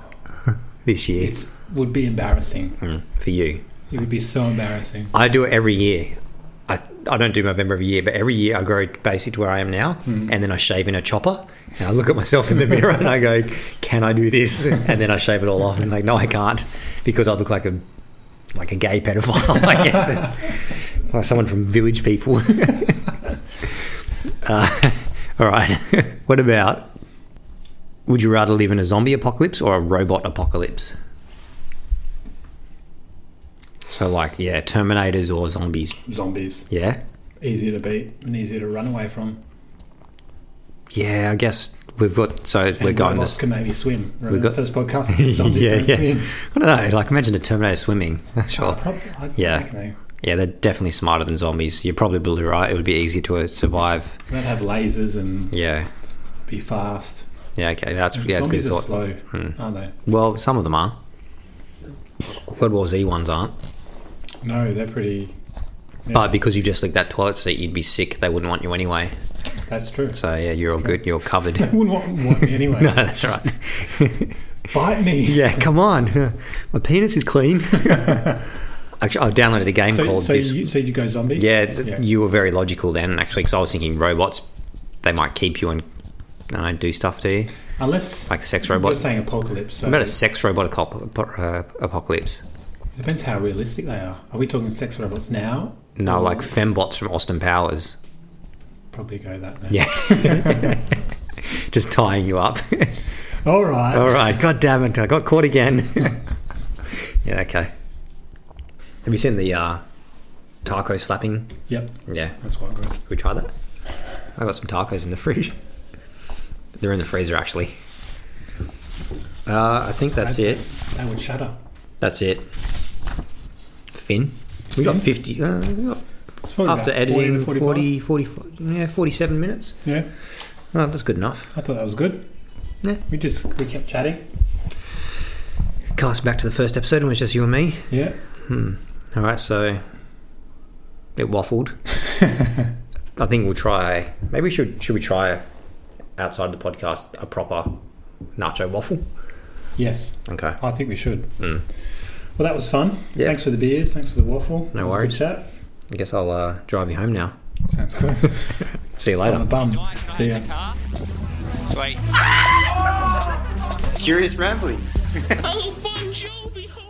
S5: this year
S2: It would be embarrassing.
S5: Mm, for you?
S2: It would be so embarrassing.
S5: I do it every year. I, I don't do November every year, but every year I grow basically to where I am now, and then I shave in a chopper, and I look at myself in the mirror and I go, "Can I do this?" And then I shave it all off, and like, no, I can't, because I look like a like a gay pedophile, I guess, or someone from Village People. (laughs) uh, all right, (laughs) what about? Would you rather live in a zombie apocalypse or a robot apocalypse? So, like, yeah, Terminators or zombies.
S2: Zombies.
S5: Yeah.
S2: Easier to beat and easier to run away from.
S5: Yeah, I guess we've got. So we're
S2: And
S5: going
S2: robots
S5: (laughs) this.
S2: can maybe swim. Remember
S5: we've
S2: the
S5: got-
S2: first podcast.
S5: (laughs)
S2: Zombies
S5: yeah,
S2: can
S5: yeah.
S2: swim.
S5: I don't know. Like imagine a Terminator swimming. (laughs) sure.
S2: Prob- I
S5: Yeah.
S2: reckon they-
S5: Yeah, they're definitely smarter than zombies. You're probably right. It would be easier to uh, survive.
S2: They'd have lasers and
S5: Yeah.
S2: be fast.
S5: Yeah. Okay. That's yeah. That's a good
S2: Zombies are
S5: thought. Hmm.
S2: slow, aren't they?
S5: Well, some of them are. World War Z ones aren't.
S2: No, they're pretty.
S5: But because you just licked that toilet seat, you'd be sick. They wouldn't want you anyway.
S2: That's true.
S5: So yeah, you're all good. You're
S2: (laughs)
S5: covered. (laughs)
S2: I (laughs) wouldn't want, want me anyway.
S5: no, that's right. (laughs)
S2: Bite me.
S5: Yeah, come on. (laughs) My penis is clean. (laughs) actually, I downloaded a game
S2: So,
S5: called
S2: so,
S5: this.
S2: you, so you go zombie?
S5: yeah, th-
S2: Yeah.
S5: you were very logical then, actually, because I was thinking robots, they might keep you and I don't know, do stuff to you.
S2: Unless
S5: Like sex
S2: you're
S5: robots.
S2: saying apocalypse. So
S5: What about a sex robot aco- apo- uh, apocalypse?
S2: depends how realistic they are. Are we talking sex robots now?
S5: No, like fembots from Austin Powers.
S2: Probably go that. Now.
S5: Yeah. (laughs) Just tying you up.
S2: All right.
S5: All right, god damn it, I got caught again. yeah, okay. Have you seen the uh, taco slapping?
S2: Yep.
S5: Yeah.
S2: That's what I got.
S5: Should we try that? I got some tacos in the fridge. They're in the freezer, actually. Uh, I think that's it.
S2: They would shatter.
S5: That's it. Finn, we got fifty. Uh, we got
S2: It's Probably
S5: After
S2: about 40 to
S5: editing,
S2: 45.
S5: 40, 40, yeah, 47 minutes.
S2: Yeah,
S5: Oh, that's good enough.
S2: I thought that was good.
S5: Yeah.
S2: We just we kept chatting.
S5: Cast back to the first episode, and it was just you and me.
S2: Yeah.
S5: Hmm. All right, so it
S2: (laughs)
S5: waffled. I think we'll try. Maybe we should should we try outside of the podcast a proper nacho waffle?
S2: Yes,
S5: Okay.
S2: I think we should.
S5: Mm.
S2: Well, that was fun.
S5: Yeah.
S2: Thanks for the beers. Thanks for the waffle.
S5: No
S2: It was a Good
S5: worries.
S2: chat.
S5: I guess I'll uh, drive you home now.
S2: Sounds good.
S5: (laughs) See you
S2: I'm a
S5: later.
S2: bum. See ya.
S1: Sweet. Curious ramblings.
S6: I'll find you behold.